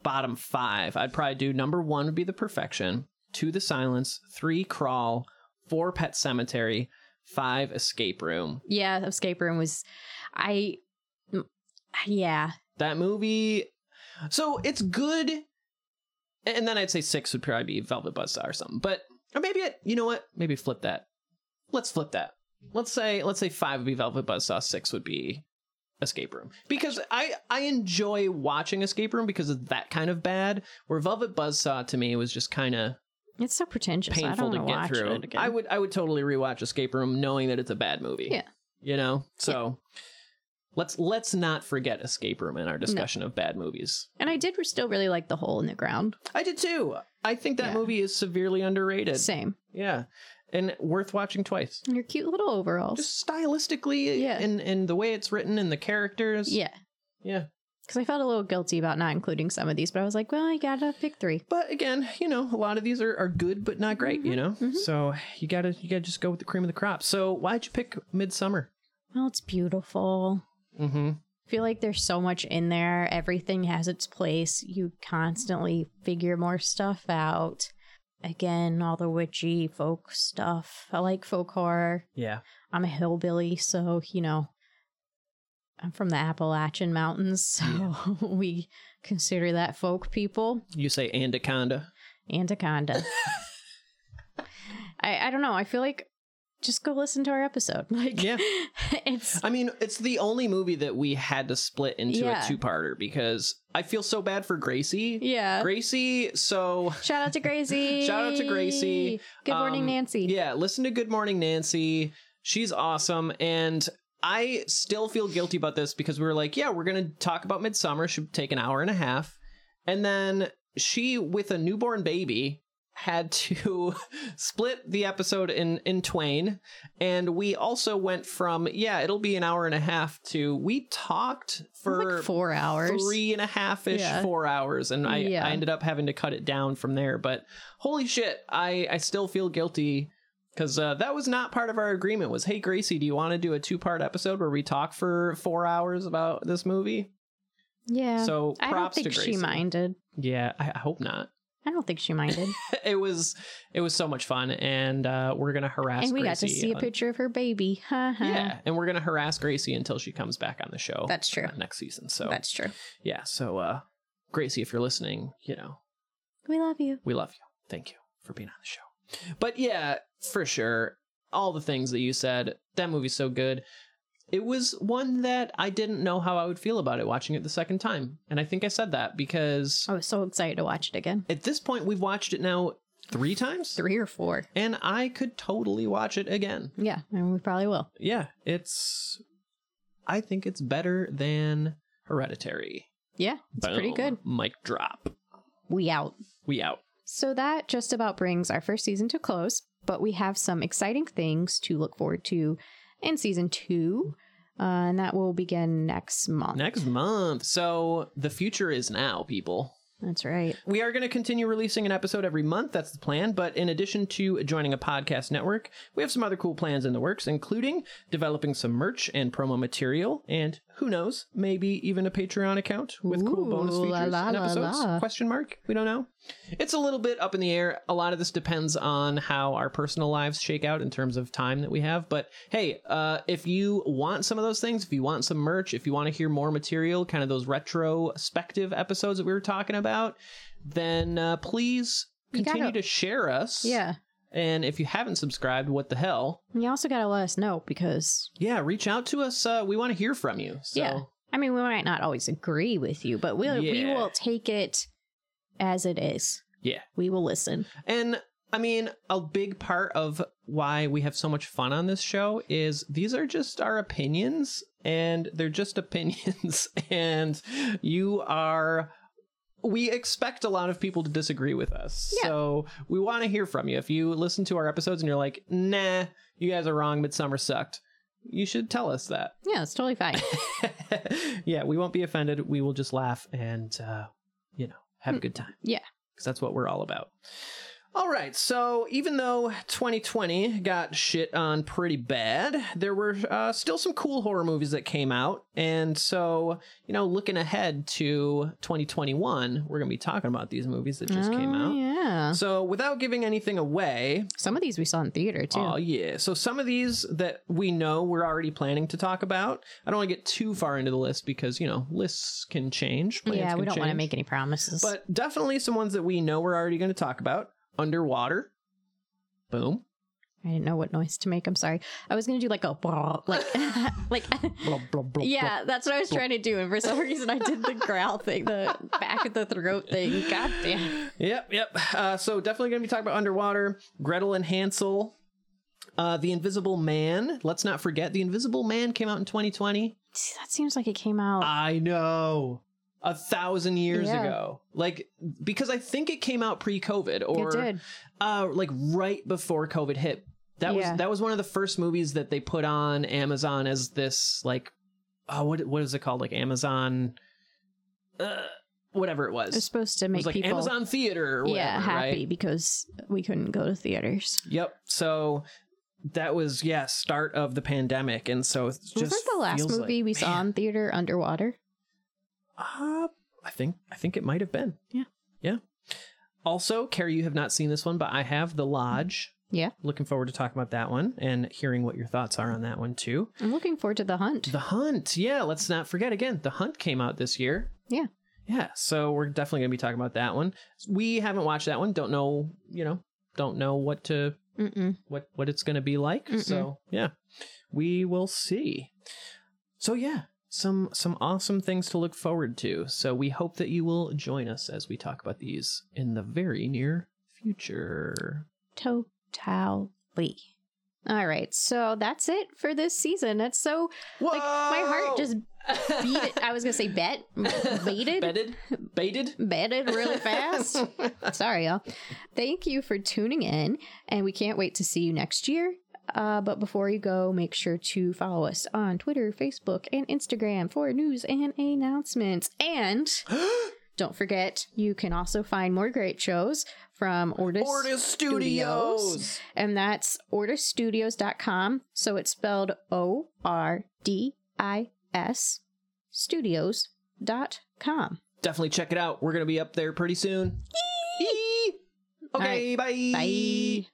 bottom five, I'd probably do number one would be the perfection, two the silence, three crawl, four pet cemetery, five escape room.
Yeah, escape room was, I, mm, yeah,
That movie, so it's good. And then I'd say six would probably be Velvet Buzzsaw or something. But or maybe it, you know what? Maybe flip that. Let's flip that. Let's say let's say five would be Velvet Buzzsaw, six would be escape room because i i enjoy watching escape room because it's that kind of bad where velvet buzzsaw to me was just kind of
it's so pretentious. I
painful to
don't want to
get
watch
through
it again.
i would i would totally rewatch escape room knowing that it's a bad movie
Yeah.
you know so let's let's not forget escape room in our discussion of bad movies
and I did still really like the hole in the ground.
i did too i think that
Yeah.
movie is severely underrated
Same.
yeah and worth watching twice
And your cute little overalls.
just stylistically
Yeah.
and and the way it's written and the characters
yeah.
yeah
Because I felt a little guilty about not including some of these, but I was like, well, I gotta pick three.
but again you know a lot of these are, are good but not great you know
mhm.
so you gotta you gotta just go with the cream of the crop so why'd you pick midsummer
Well, it's beautiful.
mm-hmm
I feel like there's so much in there. Everything has its place. You constantly figure more stuff out. Again, all the witchy folk stuff. I like folk horror.
yeah
I'm a hillbilly, so you know, I'm from the Appalachian Mountains, so we consider that folk people.
you say anaconda
Anaconda. I I don't know. I feel like just go listen to our episode. Like,
Yeah.
it's
i mean it's the only movie that we had to split into
Yeah.
a two-parter because i feel so bad for gracie
yeah.
gracie so
Shout out to Gracie.
Shout out to Gracie.
Good morning,
Um,
Nancy.
yeah listen to good morning nancy she's awesome and I still feel guilty about this because we were like, yeah, we're going to talk about Midsummer. Should take an hour and a half. And then she, with a newborn baby, had to split the episode in in twain and we also went from yeah it'll be an hour and a half to we talked for
like four hours.
three and a half ish
Yeah.
four hours and I,
Yeah.
I ended up having to cut it down from there but holy shit i i still feel guilty because uh, that was not part of our agreement was hey gracie do you want to do a two-part episode where we talk for four hours about this movie
Yeah.
so
I don't
props
think
to gracie
she minded.
yeah I, I hope not
I don't think she minded.
it was it was so much fun and uh, we're gonna harass
and we got to
Gracie
see a
on-
picture of her baby. Ha ha.
yeah and we're gonna harass gracie until she comes back on the show
That's true.
uh, next season so
That's true.
yeah so uh gracie if you're listening you know
We love you.
we love you thank you for being on the show but yeah for sure all the things that you said that movie's so good it was one that i didn't know how i would feel about it watching it the second time and i think i said that because
I was so excited to watch it again.
at this point we've watched it now three times
Three or four.
and i could totally watch it again
Yeah, and we probably will.
yeah, it's. I think it's better than Hereditary.
Yeah, it's pretty
Boom.
good.
Mic drop.
We out.
We out.
So that just about brings our first season to a close, but we have some exciting things to look forward to in season two, uh, and that will begin next month.
Next month. So the future is now, people.
That's right.
We are going to continue releasing an episode every month. That's the plan. But in addition to joining a podcast network, we have some other cool plans in the works, including developing some merch and promo material, and who knows, maybe even a Patreon account with cool
Ooh,
bonus
la
features
la
and
la
episodes.
la.
Question mark? We don't know. It's a little bit up in the air. A lot of this depends on how our personal lives shake out in terms of time that we have. But hey, uh, if you want some of those things, if you want some merch, if you want to hear more material, kind of those retrospective episodes that we were talking about, then uh, please
You
continue
gotta-
to share us.
Yeah.
And if you haven't subscribed, what the hell?
And You also got to let us know because,
Yeah, reach out to us. Uh, we want to hear from you. So
yeah, I mean, we might not always agree with you, but we'll, we
Yeah.
will take it as it is.
Yeah.
We will listen.
And I mean, a big part of why we have so much fun on this show is these are just our opinions, and they're just opinions. and you are. We expect a lot of people to disagree with us.
Yeah.
So we want to hear from you. If you listen to our episodes and you're like, nah, you guys are wrong, Midsummer sucked, you should tell us that.
Yeah, it's totally fine.
yeah, we won't be offended. We will just laugh and, uh, you know, have a good time.
Hmm. yeah.
Because that's what we're all about. All right. So even though 2020 got shit on pretty bad, there were uh, still some cool horror movies that came out. And so, you know, looking ahead to 2021, we're going to be talking about these movies that just came
Oh,
out.
Yeah.
So without giving anything away,
Some of these we saw in theater too.
Oh yeah. So some of these that we know we're already planning to talk about. I don't want to get too far into the list because you know lists can change. plans
yeah,
can
we don't want to
change.
make any promises.
But definitely some ones that we know we're already going to talk about. Underwater. Boom.
I didn't know what noise to make. I'm sorry. I was gonna do like a blah, like, like,
Blah, blah, blah, blah.
yeah, that's what I was trying to do, and for some reason I did the growl thing, the back of the throat thing. God damn.
Yep. Yep. Uh, so definitely going to be talking about underwater. Gretel and Hansel. Uh, the Invisible Man. Let's not forget, The Invisible Man came out in 2020.
See, That seems like it came out.
I know. A thousand years
Oh. Yeah.
ago. Like, because I think it came out pre COVID or
it did.
uh like right before COVID hit. That
Yeah.
was that was one of the first movies that they put on Amazon as this like oh what what is it called? Like Amazon uh whatever it was.
It was supposed to
It
make
was like
people
Amazon Theater or whatever,
yeah happy
right?
because we couldn't go to theaters.
Yep. So that was yeah, start of the pandemic. And so it's just
was that the last
feels
movie
like,
we saw
man,
in theater underwater?
Uh, I think I think it might have been.
Yeah.
Yeah. Also, Carrie, you have not seen this one, but I have The Lodge.
Yeah.
Looking forward to talking about that one and hearing what your thoughts are on that one too.
I'm looking forward to the hunt.
The Hunt. Yeah, let's not forget again. The Hunt came out this year.
Yeah.
Yeah, so we're definitely going to be talking about that one. We haven't watched that one. Don't know, you know, don't know what to
Mm-mm.
what what it's going to be like.
Mm-mm.
So, yeah. We will see. So, yeah, some some awesome things to look forward to. So, we hope that you will join us as we talk about these in the very near future.
Totally. All right. So that's it for this season. That's so like my heart just beat it. I was gonna say bet baited
Bedded? Baited?
betted really fast. Sorry, y'all. Thank you for tuning in, and we can't wait to see you next year. Uh, but before you go, make sure to follow us on Twitter, Facebook, and Instagram for news and announcements. And don't forget, you can also find more great shows from Ortis,
Ortis Studios.
and that's ortisstudios.com. So it's spelled O R D I S studios.com.
Definitely check it out. We're going to be up there pretty soon. Eee. Okay, bye.
Bye.